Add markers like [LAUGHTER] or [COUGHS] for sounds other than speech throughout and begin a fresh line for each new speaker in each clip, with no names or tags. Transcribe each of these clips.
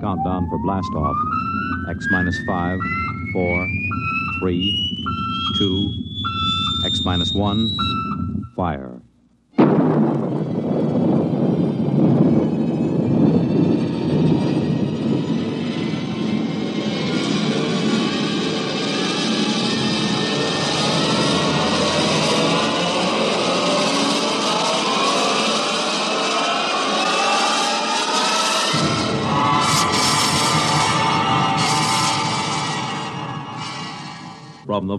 Countdown for blast off. X minus five, four, three, two, X minus one, fire. From the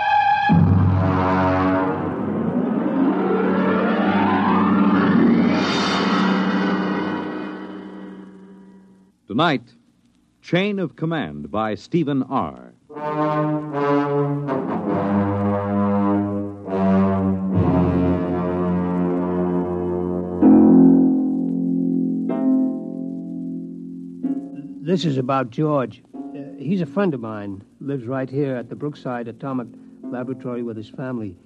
Tonight, Chain of Command by Stephen R.
This is about George. Uh, he's a friend of mine. Lives right here at the Brookside Atomic Laboratory with his family.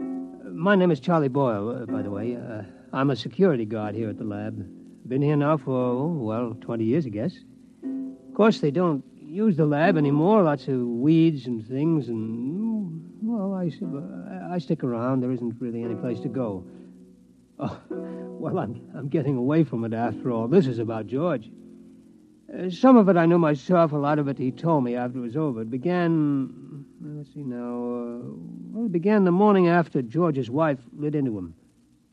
Uh, My name is Charlie Boyle, uh, by the way. Uh, I'm a security guard here at the lab. Been here now for, oh, well, 20 years, I guess. Of course, they don't use the lab anymore. Lots of weeds and things, and, mm, well, I, s- I- I stick around. There isn't really any place to go. Oh, [LAUGHS] well, I'm, I'm getting away from it after all. This is about George. Uh, some of it I knew myself. A lot of it he told me after it was over. It began. well, Let's see now. Uh, well, it began the morning after George's wife lit into him.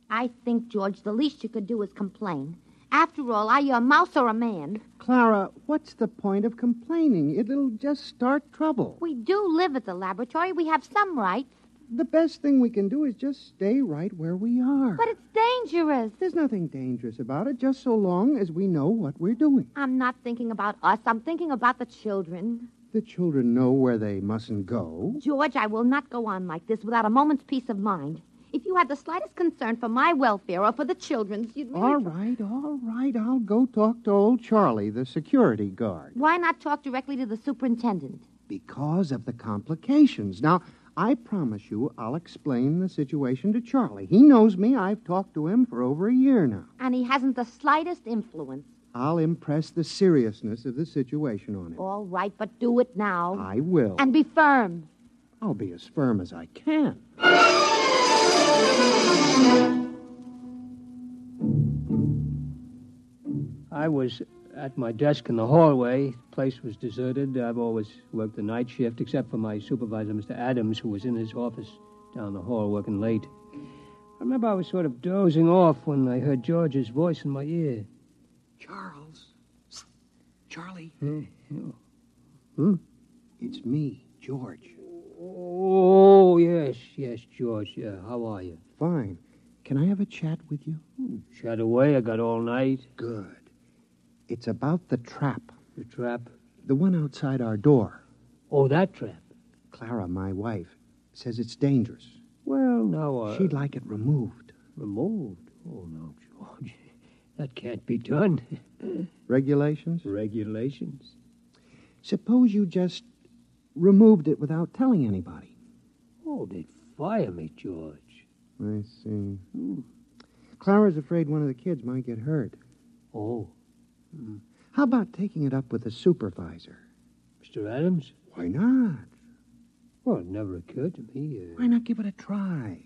I think, George, the least you could do is complain. After all, are you a mouse or a man?
Clara, what's the point of complaining? It'll just start trouble.
We do live at the laboratory. We have some rights,
The best thing we can do is just stay right where we are.
but it's dangerous.
There's nothing dangerous about it, just so long as we know what we're doing.
I'm not thinking about us. I'm thinking about the children.
The children know where they mustn't go.
George, I will not go on like this without a moment's peace of mind. If you had the slightest concern for my welfare or for the children's, you'd really...
All right, all right. I'll go talk to old Charlie, the security guard,
Why not talk directly to the superintendent?
because of the complications. Now, I promise you I'll explain the situation to Charlie. He knows me. I've talked to him for over a year now.
And he hasn't the slightest influence.
I'll impress the seriousness of the situation on him.
All right, but do it now.
I will.
And be firm.
I'll be as firm as I can.
I was at my desk in the hallway. The place was deserted. I've always worked the night shift, except for my supervisor, Mr. Adams, who was in his office down the hall working late. I remember I was sort of dozing off when I heard George's voice in my ear.
Charles. Charlie.
oh. Hmm?
It's me, George.
Oh, yes, yes, George. Yeah, how are you?
Fine. Can I have a chat with you?
Shut away. I got all night.
Good. It's about the trap,
The trap.
the one outside our door.
Oh, that trap.
Clara, my wife, says it's dangerous.
Well, now uh,
She'd like it removed.
removed. Oh no, George, [LAUGHS] that can't be done. [LAUGHS]
Regulations?
Regulations.
Suppose you just removed it without telling anybody.
Oh, they'd fire me, George.
I see. Clara's afraid one of the kids might get hurt.
Oh,
How about taking it up with the supervisor?
Mr. Adams.
Why not?
Well, it never occurred to me. uh,
Why not give it a try?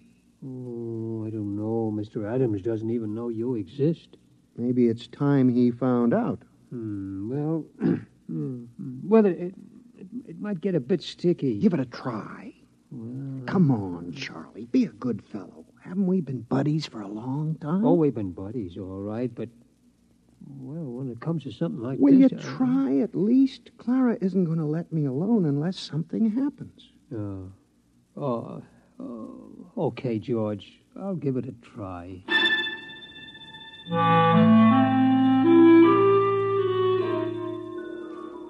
oh, I don't know. Mr. Adams doesn't even know you exist.
Maybe it's time he found out.
Hmm. Well, [CLEARS THROAT] hmm, hmm. whether it, it it might get a bit sticky.
Give it a try.
Well,
Come on, Charlie. Be a good fellow. Haven't we been buddies for a long time?
oh, we've been buddies, all right, but well, when it comes to something like
Will you
this, I-
try at least? Clara isn't going to let me alone unless something happens.
Oh. Oh. oh, Okay, George. I'll give it a try.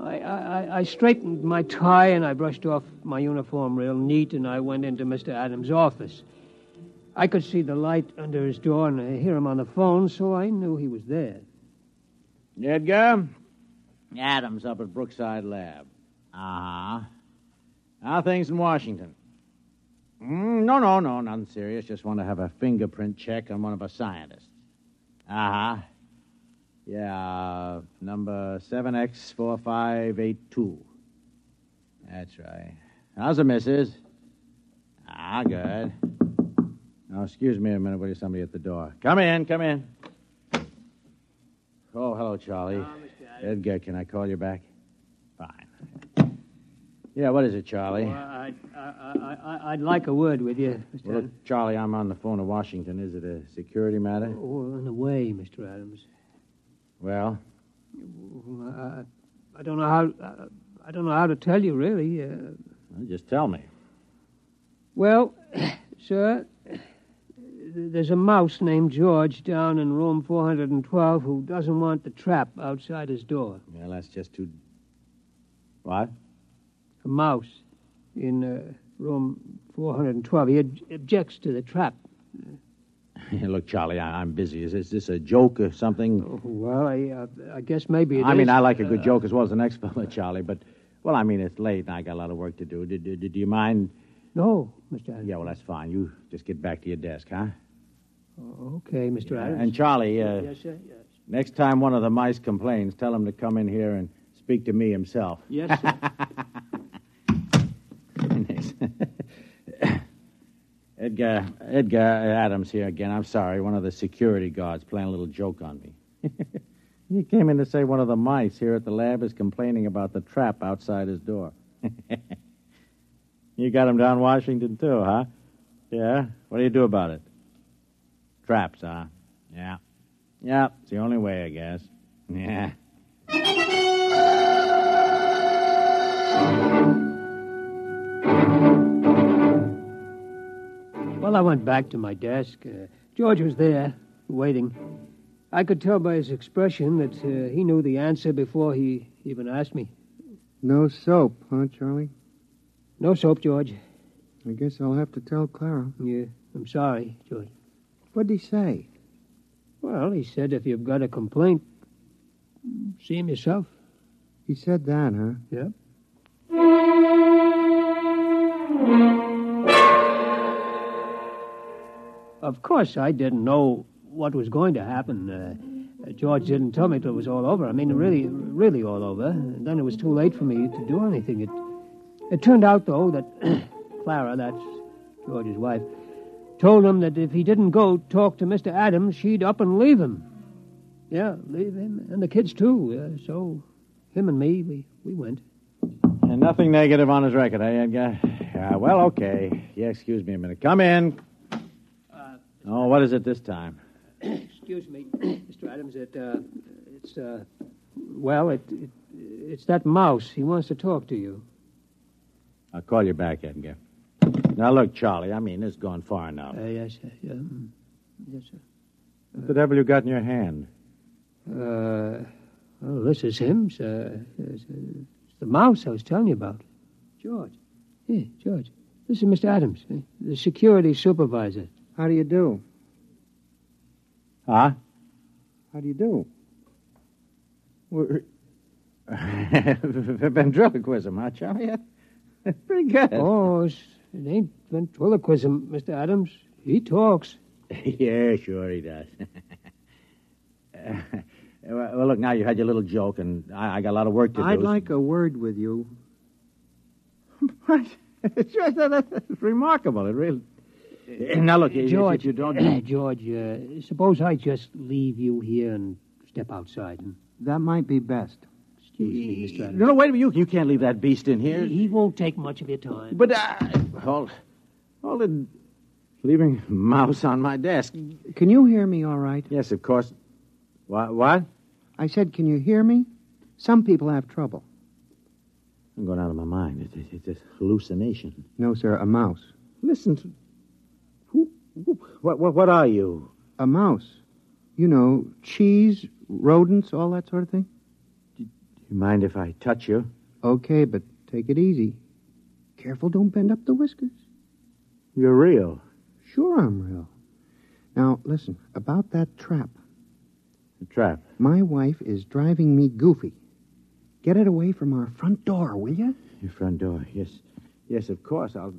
I, I, I straightened my tie and I brushed off my uniform real neat and I went into Mr. Adams' office. I could see the light under his door and uh, hear him on the phone, so I knew he was there.
Edgar? Adams up at Brookside Lab. Uh huh. How are things in Washington? Mm, no, no, no, nothing serious. Just want to have a fingerprint check on one of our scientists. Uh huh. Yeah, uh, number 7X4582. That's right. How's the missus? Ah, good. Now, excuse me a minute. Wait, somebody at the door. Come in, come in. Oh, hello, Charlie. Edgar, can I call you back? Fine. Yeah, what is it, Charlie?
Well, I, I, I, I, I'd like a word with you, Mr.
Well,
Adams.
look, Charlie, I'm on the phone to Washington. Is it a security matter?
Oh, in a way, Mr. Adams.
Well,
Well, I, I don't know how. I, I don't know how to tell you, really. Uh,
just tell me.
well, [COUGHS] sir, there's a mouse named George down in room 412 who doesn't want the trap outside his door.
Well, that's just too. What? [LAUGHS]
A mouse in uh, room 412. He ob- objects to the trap.
look, Charlie, I, I'm busy. Is, is this a joke or something?
Oh, well, I, uh, I guess maybe it
I mean,
is. Uh,
I like a good joke as well as the next [LAUGHS] fella, Charlie, but, well, I mean, it's late and I got a lot of work to do. Do, do, do, do you mind?
No, Mr. Adams.
Yeah, well, that's fine. You just get back to your desk, huh?
Oh, Okay, Mr. Adams.
And, Charlie, uh,
yes, sir. Yes.
next time one of the mice complains, tell him to come in here and speak to me himself. [COUGHS]
Yes, sir.
Nice. Edgar, Edgar Adams here again. I'm sorry. One of the security guards playing a little joke on me. [LAUGHS] he came in to say one of the mice here at the lab is complaining about the trap outside his door. [LAUGHS] you got him down Washington, too, huh? Yeah? What do you do about it? Traps, huh? Yeah. Yeah, it's the only way, I guess. [LAUGHS] Yeah.
Well, I went back to my desk. Uh, George was there, waiting. I could tell by his expression that uh, he knew the answer before he even asked me.
No soap, huh, Charlie?
No soap, George.
I guess I'll have to tell Clara.
Yeah, I'm sorry, George.
What'd he say?
Well, he said if you've got a complaint, see him yourself.
He said that, huh?
Yep. Of course, I didn't know what was going to happen. Uh, George didn't tell me till it was all over. I mean, really, really all over. And then it was too late for me to do anything. It, it turned out, though, that [CLEARS THROAT] Clara, that's George's wife, told him that if he didn't go talk to Mr. Adams, she'd up and leave him. Yeah, leave him and the kids, too. Uh, so him and me, we, we went.
And nothing negative on his record, eh, Edgar? Yeah, well, okay. Yeah, excuse me a minute. Come in. oh, what is it this time?
Excuse me, Mr. Adams, it, uh, it's, uh, well, it, it, it's that mouse. He wants to talk to you.
I'll call you back, Edgar. Now, look, Charlie, I mean, this has gone far enough.
Uh, yes, sir. Yeah. mm, Yes, sir.
What the devil you got in your hand?
Uh, well, this is him, sir. It's, uh, it's the mouse I was telling you about. George. Yeah, George. This is Mr. Adams, eh, the security supervisor.
How do you do?
Huh?
How do you do?
[LAUGHS] Ventriloquism, huh, Charlie? [LAUGHS] Pretty good.
Oh, it's, it ain't ventriloquism, Mr. Adams. He talks.
yeah, sure he does. [LAUGHS] Uh, well, well, look, now you had your little joke, and I, I got a lot of work to do.
I'd like a word with you.
What? Sure, that- that- that's remarkable. It really. Uh, Now look, if-
George,
if you
[CLEARS THROAT]
don't. [COUGHS]
George, uh, suppose I just leave you here and step outside. And
That might be best.
excuse me, Mr. Adams.
No, no, wait a minute. You, you can't leave that beast in here.
He won't take much of your time.
But uh, hold, hold it. Leaving mouse on my desk.
Can you hear me all right?
Yes, of course. What? What?
I said, can you hear me? Some people have trouble.
I'm going out of my mind. It, it- it's a hallucination.
No, sir, a mouse.
Listen. To, who, who? What? What? What are you?
A mouse. You know, cheese, rodents, all that sort of thing.
You mind if I touch you?
Okay, but take it easy. Careful, don't bend up the whiskers.
You're real.
Sure, I'm real. Now, listen, about that trap.
The trap.
My wife is driving me goofy. Get it away from our front door, will you?
Your front door. Yes. Yes, of course. I'll.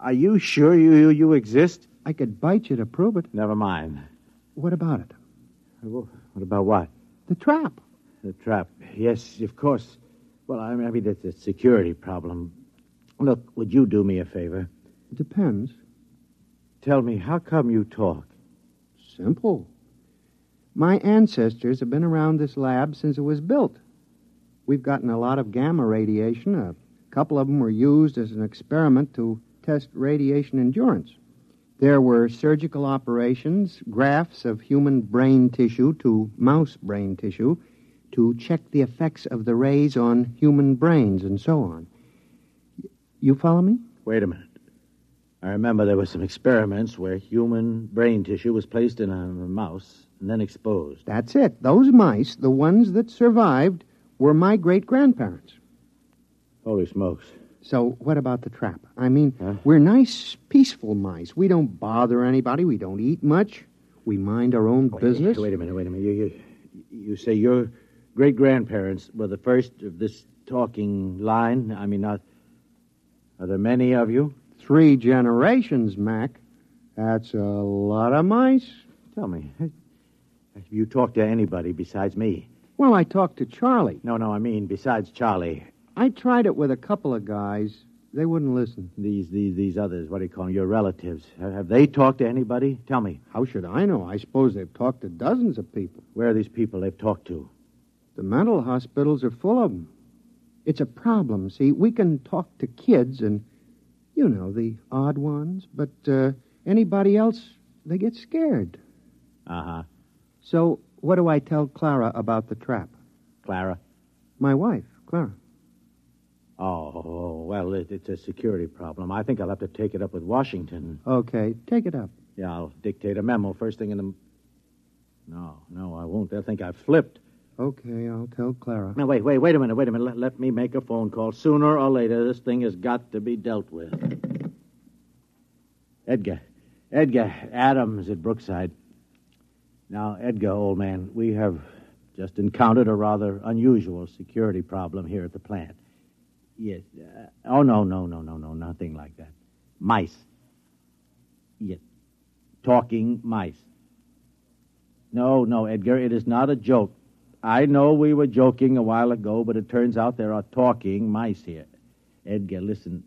Are you sure you, you, you exist?
I could bite you to prove it.
Never mind.
What about it?
Well, What about what?
The trap.
The trap. Yes, of course. Well, I mean, I mean, that's a security problem. Look, would you do me a favor?
It depends.
Tell me, how come you talk?
Simple. My ancestors have been around this lab since it was built. We've gotten a lot of gamma radiation. A couple of them were used as an experiment to test radiation endurance. There were surgical operations, grafts of human brain tissue to mouse brain tissue to check the effects of the rays on human brains and so on. You follow me?
Wait a minute. I remember there were some experiments where human brain tissue was placed in a mouse and then exposed.
That's it. Those mice, the ones that survived, were my great grandparents.
Holy smokes.
So, what about the trap? I mean,
Huh?
we're nice, peaceful mice. We don't bother anybody. We don't eat much. We mind our own business.
Wait a minute, wait a minute. You, you, you say your great grandparents were the first of this talking line? I mean, are, are there many of you?
Three generations, Mac. That's a lot of mice.
Tell me, [LAUGHS] have you talked to anybody besides me?
Well, I talked to Charlie.
No, no, I mean besides Charlie.
I tried it with a couple of guys. They wouldn't listen.
These, these, these others, what do you call them, your relatives. Have have they talked to anybody? Tell me,
How should I know? I suppose they've talked to dozens of people.
where are these people they've talked to?
The mental hospitals are full of them. It's a problem, see? We can talk to kids and, you know, the odd ones, but uh, anybody else, they get scared.
Uh huh.
So, what do I tell Clara about the trap?
Clara?
My wife, Clara.
Oh, oh, well, it, it's a security problem. I think I'll have to take it up with Washington.
Okay, take it up.
Yeah, I'll dictate a memo first thing in the. m- No, no, I won't. They'll think I've flipped.
Okay, I'll tell Clara.
Now, wait, wait, wait a minute, wait a minute. Let, let me make a phone call. Sooner or later, this thing has got to be dealt with. Edgar. Edgar Adams at Brookside. Now, Edgar, old man, we have just encountered a rather unusual security problem here at the plant. Yes. Uh, oh, no, no, no, no, no, nothing like that. Mice. Yes. Talking mice. No, no, Edgar, it is not a joke. I know we were joking a while ago, but it turns out there are talking mice here. Edgar, listen.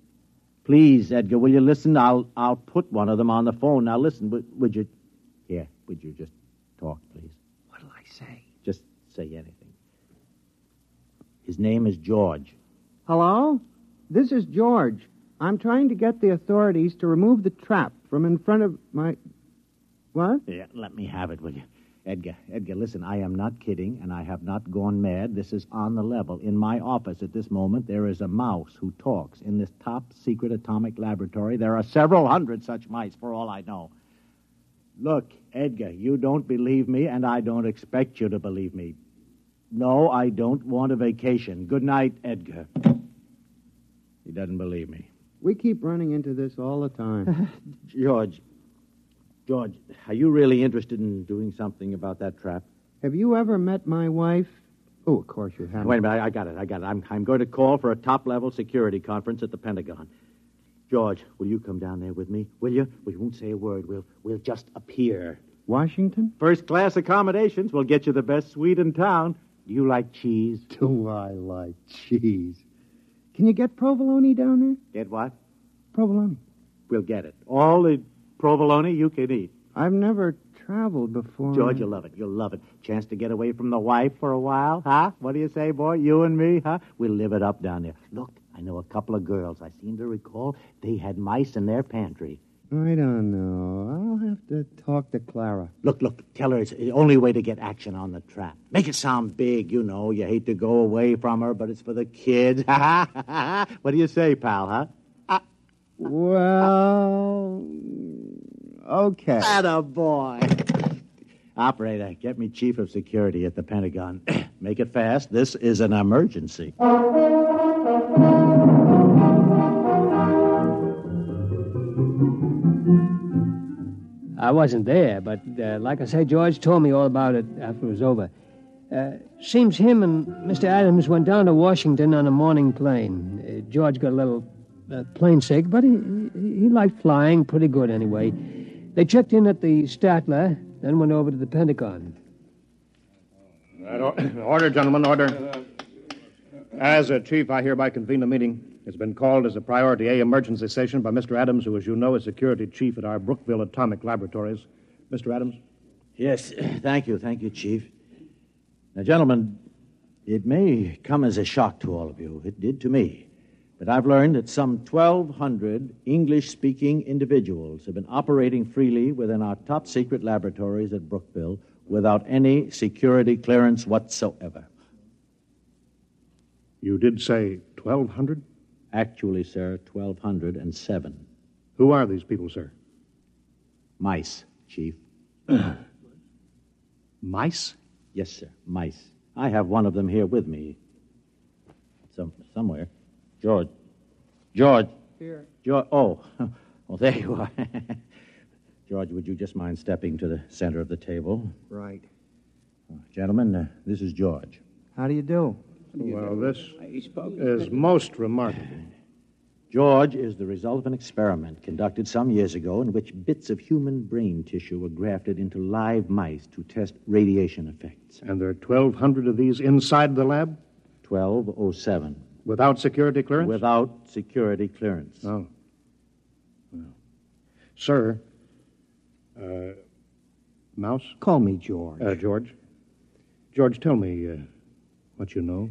Please, Edgar, will you listen? I'll I'll put one of them on the phone. Now listen, would, would you Yeah, would you just talk, please?
What'll I say?
Just say anything. His name is George.
Hello? This is George. I'm trying to get the authorities to remove the trap from in front of my. What?
Yeah, let me have it, will you? Edgar, Edgar, listen, I am not kidding, and I have not gone mad. This is on the level. In my office at this moment, there is a mouse who talks. In this top secret atomic laboratory, there are several hundred such mice, for all I know. Look, Edgar, you don't believe me, and I don't expect you to believe me. No, I don't want a vacation. Good night, Edgar. He doesn't believe me.
We keep running into this all the time. [LAUGHS]
George, George, are you really interested in doing something about that trap?
Have you ever met my wife? Oh, of course you haven't.
Uh, Wait a minute. I, I got it. I got it. I'm, I'm going to call for a top level security conference at the Pentagon. George, will you come down there with me? Will you? We won't say a word. We'll, we'll just appear. [LAUGHS]
Washington?
First class accommodations. We'll get you the best suite in town. Do you like cheese?
Do I like cheese? Can you get provolone down there?
Get what?
Provolone.
We'll get it. All the provolone you can eat.
I've never traveled before.
George, you'll love it. You'll love it. Chance to get away from the wife for a while, huh? What do you say, boy? You and me, huh? We'll live it up down there. Look, I know a couple of girls. I seem to recall they had mice in their pantry.
I don't know. I'll have to talk to Clara.
Look, look, tell her it's the only way to get action on the trap. Make it sound big, you know. You hate to go away from her, but it's for the kids. [LAUGHS] what do you say, pal, huh?
Well, okay.
Uh, Atta boy. Operator, get me chief of security at the Pentagon. [CLEARS THROAT] Make it fast. This is an emergency.
I wasn't there, but uh, like I say, George told me all about it after it was over. Uh, seems him and Mr. Adams went down to Washington on a morning plane. Uh, George got a little uh, plane sick, but he, he he liked flying pretty good anyway. They checked in at the Statler, then went over to the Pentagon.
Right, or- order, gentlemen, order. As a chief, I hereby convene the meeting. It's been called as a priority A emergency session by Mr. Adams, who, as you know, is security chief at our Brookville Atomic Laboratories. Mr. Adams?
Yes, [CLEARS THROAT] thank you, thank you, Chief. Now, gentlemen, it may come as a shock to all of you. It did to me. But I've learned that some 1,200 English speaking individuals have been operating freely within our top secret laboratories at Brookville without any security clearance whatsoever.
You did say 1,200?
Actually, sir, 1,207.
Who are these people, sir?
Mice, Chief.
Mice?
Yes, sir. Mice. I have one of them here with me. Some somewhere. George. George. Here. George. Oh. [LAUGHS] Well, there you are. [LAUGHS] George, would you just mind stepping to the center of the table?
Right.
Gentlemen, uh, this is George.
How do you do?
Well, this is most remarkable.
George is the result of an experiment conducted some years ago in which bits of human brain tissue were grafted into live mice to test radiation effects.
And there are 1,200 of these inside the lab
1207.
without security clearance?
Without security clearance.
Oh. Well. Sir, uh, Mouse?
Call me George.
Uh, George? George, tell me uh, what you know.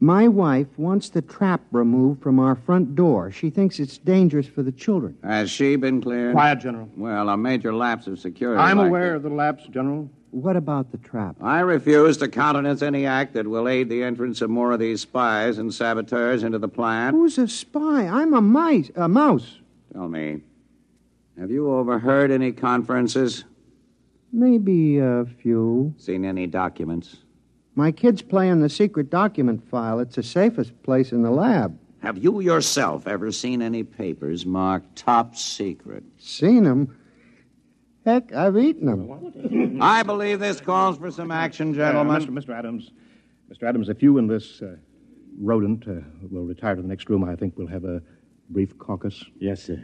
My wife wants the trap removed from our front door. She thinks it's dangerous for the children. Uh,
Has she been cleared?
Quiet, General.
Well, a major lapse of security.
I'm
like
aware
this-
of the lapse, General.
What about the trap?
I refuse to countenance any act that will aid the entrance of more of these spies and saboteurs into the plant.
Who's a spy? I'm a mice, a mouse.
Tell me, have you overheard any conferences?
Maybe a few.
Seen any documents?
My kids play in the secret document file. It's the safest place in the lab.
Have you yourself ever seen any papers marked top secret?
Seen 'em? Heck, I've eaten 'em.
I believe this calls for some action,
Uh,
gentlemen.
Mr. Mr. Adams, Mr. Adams, if you and this uh, rodent uh, will retire to the next room, I think we'll have a brief caucus.
Yes, sir.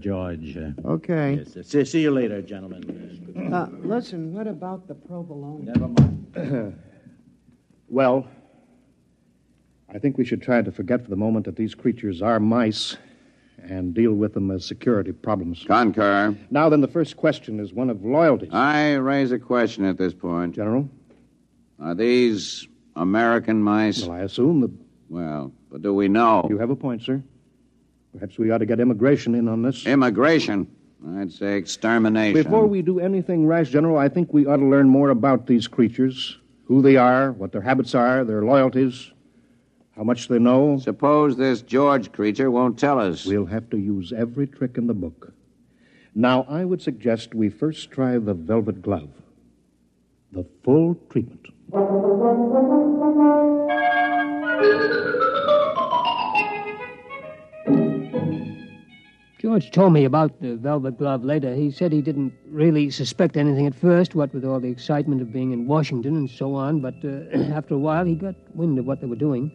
George. Uh,
Okay.
yes, sir. See, see you later, gentlemen.
Uh, listen, what about the provolone?
Never mind.
Well, I think we should try to forget for the moment that these creatures are mice and deal with them as security problems.
Concur.
Now, then, the first question is one of loyalty.
I raise a question at this point.
General,
Are these American mice?
well, I assume that
Well, but do we know?
you have a point, sir. Perhaps we ought to get immigration in on this.
Immigration. I'd say extermination.
Before we do anything rash, General, I think we ought to learn more about these creatures who they are, what their habits are, their loyalties, how much they know.
Suppose this George creature won't tell us.
We'll have to use every trick in the book. Now, I would suggest we first try the velvet glove, the full treatment.
George told me about the velvet glove later. He said he didn't really suspect anything at first, what with all the excitement of being in Washington and so on, but uh, [CLEARS THROAT] after a while he got wind of what they were doing.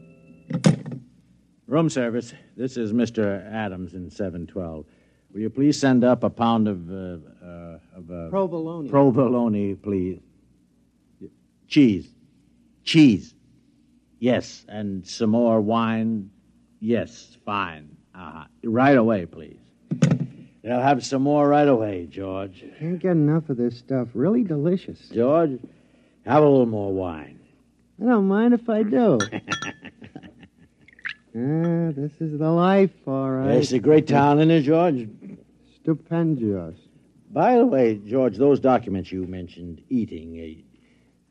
Room service. This is Mr. Adams in 712. Will you please send up a pound of, uh, uh, of uh,
Provolone.
provolone, please? Cheese. Cheese. Yes. And some more wine. Yes. Fine. Uh-huh. Right away, please. They'll have some more right away, George.
Can't get enough of this stuff. Really delicious.
George, have a little more wine.
I don't mind if I do. ah, this is the life, all right.
It's a great town, isn't it, George?
Stupendous.
By the way, George, those documents you mentioned eating, uh,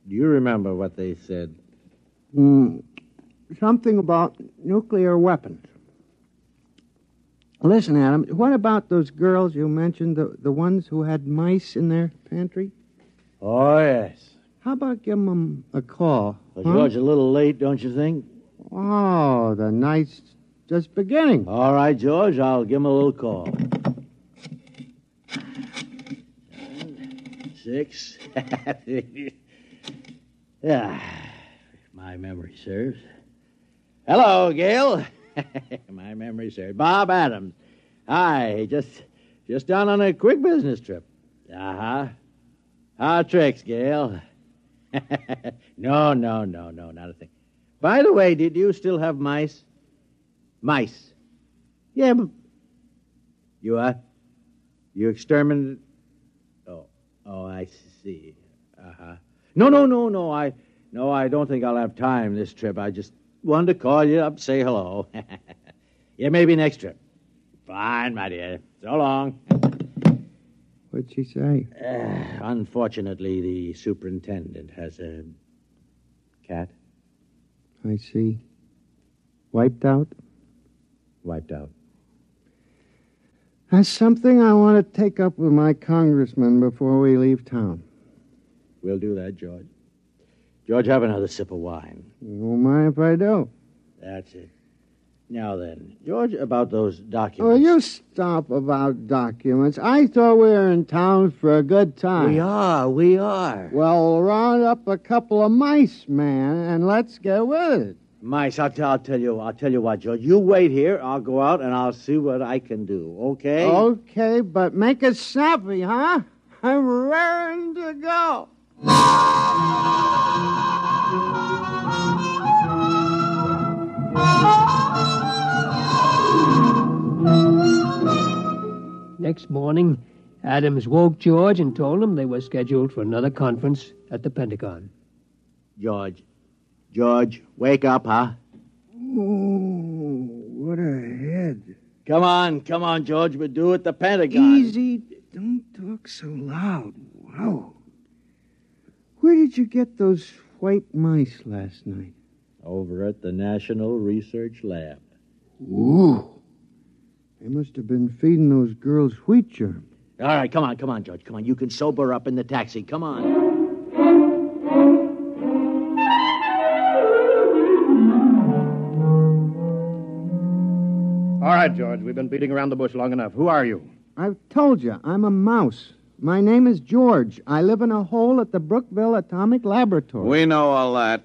do you remember what they said?
Mm, something about nuclear weapons. Listen, Adam, what about those girls you mentioned, the, the ones who had mice in their pantry?
Oh, yes. Hmm?
How about giving them a call?
But
huh?
George, uh, a little late, don't you think?
Oh, the night's just beginning.
All right, George, I'll give him a little call. Six. [LAUGHS] yeah, if my memory serves. Hello, Gail. [LAUGHS] my memory serves. Bob Adams. Hi, just just down on a quick business trip. Uh huh. Our tricks, Gail. [LAUGHS] no, no, no, no, not a thing. By the way, did you still have mice? Mice. Yeah, but you uh you exterminated Oh oh I see. Uh-huh. No no no no I no I don't think I'll have time this trip. I just wanted to call you up, say hello. [LAUGHS] yeah, maybe next trip. Fine, my dear. So long. [SIGHS]
What'd she say?
Unfortunately, the superintendent has a cat
I see. Wiped out?
wiped out.
That's something I want to take up with my congressman before we leave town.
We'll do that, George. George, have another sip of wine.
You don't mind if I do?
That's it. Now then, George, about those
Oh,
documents.
you stop about documents. I thought we were in town for a good time.
We are, we are.
Well, round up a couple of mice, man, and let's get with it.
Mice, I'll, t- I'll tell you, I'll tell you what, George. You wait here. I'll go out and I'll see what I can do. Okay?
Oh. Okay, but make it snappy, huh? I'm raring to go.
Next morning, Adams woke George and told him they were scheduled for another conference at the Pentagon.
George, George, wake up, huh?
Ooh, what a head.
Come on, come on, George. We're due at the Pentagon.
Don't talk so loud. Wow. Where did you get those white mice last night?
Over at the National Research Lab.
Ooh. They must have been feeding those girls wheat germ.
All right, come on, come on, George. Come on. You can sober up in the taxi. Come on.
All right, George, we've been beating around the bush long enough. Who are you?
I've told you, I'm a mouse. My name is George. I live in a hole at the Brookville Atomic Laboratory.
We know all that.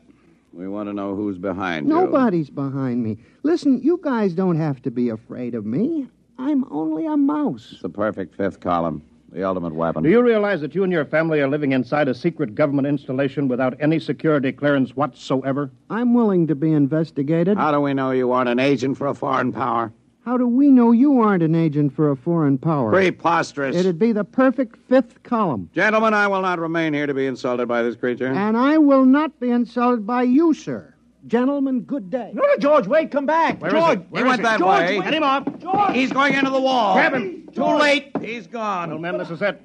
We want to know who's behind you.
Nobody's behind me. Listen, you guys don't have to be afraid of me. I'm only a mouse.
It's the perfect fifth column, the ultimate weapon.
Do you realize that you and your family are living inside a secret government installation without any security clearance whatsoever?
I'm willing to be investigated.
How do we know you aren't an agent for a foreign power?
How do we know you aren't an agent for a foreign power?
Preposterous.
It'd be the perfect fifth column.
Gentlemen, I will not remain here to be insulted by this creature.
Ah.
And I will not be insulted by you, sir. Gentlemen, good day.
No, no, George, wait, come back.
Where is
George,
it? Where
he
is
went
it?
that
George,
way.
Get him off.
He's going into the wall.
Grab him.
Too late. He's gone.
Well, men, this is it.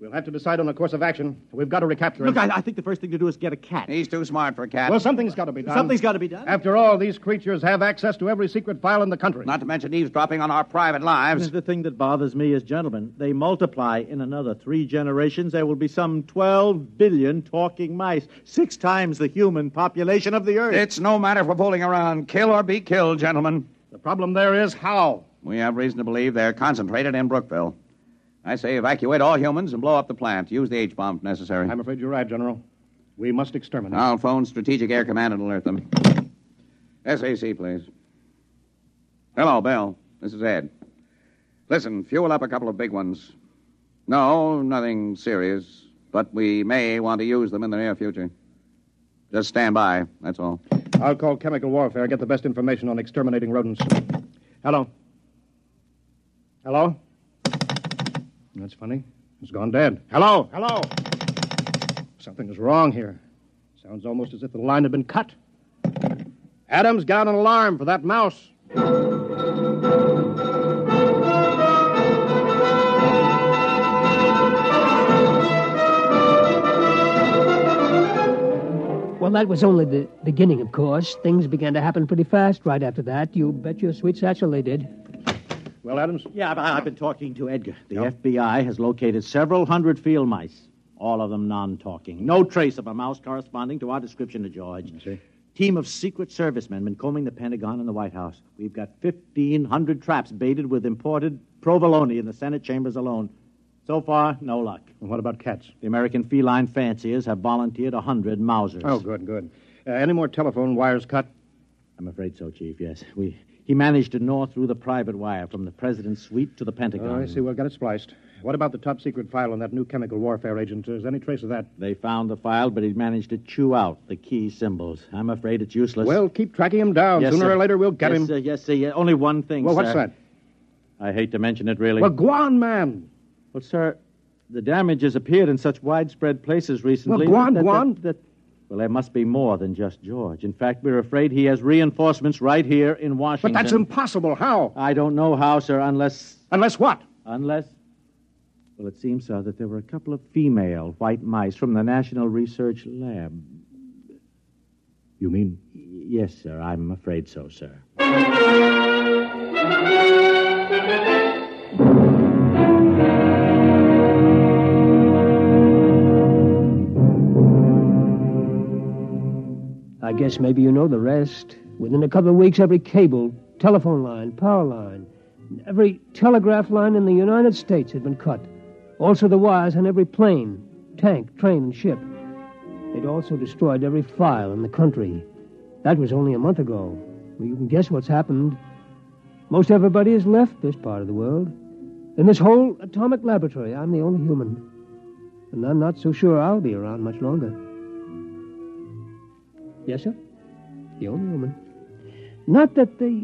We'll have to decide on a course of action. We've got to recapture him.
Look, I, I think the first thing to do is get a cat.
He's too smart for a cat.
well, something's got to be done.
Something's got to be done.
After all, these creatures have access to every secret file in the country.
Not to mention eavesdropping on our private lives.
The thing that bothers me is, gentlemen, they multiply in another three generations. There will be some 12 billion talking mice, six times the human population of the earth.
It's no matter for fooling around. Kill or be killed, gentlemen.
The problem there is how.
We have reason to believe they're concentrated in Brookville. I say evacuate all humans and blow up the plant. Use the H bomb if necessary.
I'm afraid you're right, General. We must exterminate.
I'll phone Strategic Air Command and alert them. SAC, please. Hello, Bill. This is Ed. Listen, fuel up a couple of big ones. No, nothing serious, but we may want to use them in the near future. Just stand by, that's all.
I'll call Chemical Warfare, get the best information on exterminating rodents. Hello. Hello? That's funny. It's gone dead. Hello? Hello? Something is wrong here. Sounds almost as if the line had been cut. Adams got an alarm for that mouse.
Well, that was only the beginning, of course. Things began to happen pretty fast right after that. You bet your sweet satchel they did.
Well, Adams,
yeah, I, I've been talking to Edgar. The FBI has located several hundred field mice. All of them non talking. No trace of a mouse corresponding to our description of George. Team of Secret Servicemen been combing the Pentagon and the White House. We've got 1,500 traps baited with imported provolone in the Senate chambers alone. So far, no luck.
And what about cats?
The American feline fanciers have volunteered 100 Mausers.
Oh, good, good. Uh, any more telephone wires cut?
I'm afraid so, Chief, yes. We, he managed to gnaw through the private wire from the president's suite to the Pentagon.
Oh, I see. We'll get it spliced. What about the top secret file on that new chemical warfare agent? Is there any trace of that?
They found the file, but he managed to chew out the key symbols. I'm afraid it's useless.
Well, keep tracking him down.
Yes,
Sooner
sir.
or later, we'll get
yes,
him.
Sir, yes, sir. yeah. Only one thing,
well, what's
sir.
that?
I hate to mention it, really.
Well, go on, man.
Well, sir, the damage has appeared in such widespread places recently.
Well, go on,
that,
go
that-
on.
that- well, there must be more than just George. In fact, we're afraid he has reinforcements right here in Washington.
But that's impossible. How?
I don't know how, sir, unless
Unless what?
Unless. Well, it seems, sir, that there were a couple of female white mice from the National Research Lab.
You mean?
Yes, sir, I'm afraid so, sir.
I guess maybe you know the rest. Within a couple of weeks, every cable, telephone line, power line, every telegraph line in the United States had been cut. Also, the wires on every plane, tank, train, and ship. They'd also destroyed every file in the country. That was only a month ago. Well, you can guess what's happened. Most everybody has left this part of the world. In this whole atomic laboratory, I'm the only human. And I'm not so sure I'll be around much longer. Yes, sir. The only woman. Not that they,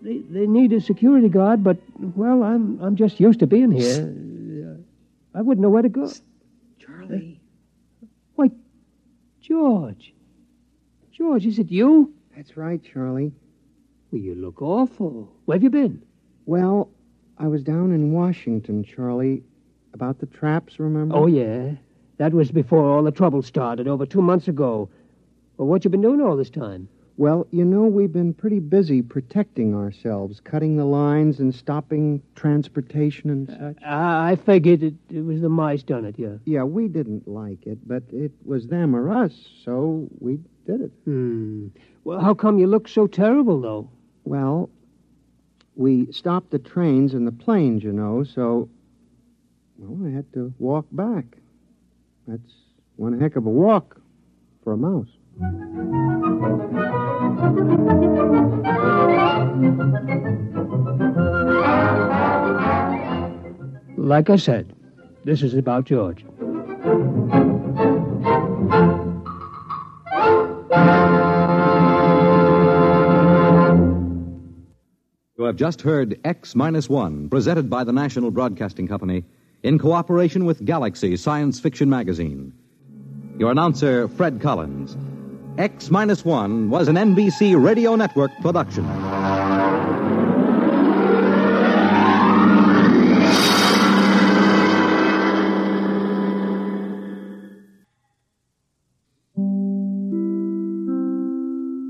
they they need a security guard, but well, I'm I'm just used to being here. Uh, I wouldn't know where to go. Uh,
Charlie.
Why, George. George, is it you?
That's right, Charlie.
Well, you look awful. Where have you been?
Well, I was down in Washington, Charlie, about the traps, remember?
Oh yeah, that was before all the trouble started over two months ago. Well, what you been doing all this time?
Well, you know, we've been pretty busy protecting ourselves, cutting the lines and stopping transportation and
Uh,
such.
I, I figured it, it was the mice done it. Yeah.
Yeah, we didn't like it, but it was them or us, so we did it.
Hmm. Well, how come you look so terrible though?
Well, we stopped the trains and the planes, you know, so, well, I had to walk back. That's one heck of a walk for a mouse.
Like I said, this is about George.
You have just heard X Minus One, presented by the National Broadcasting Company in cooperation with Galaxy Science Fiction Magazine. Your announcer, Fred Collins. X Minus One was an NBC Radio Network production.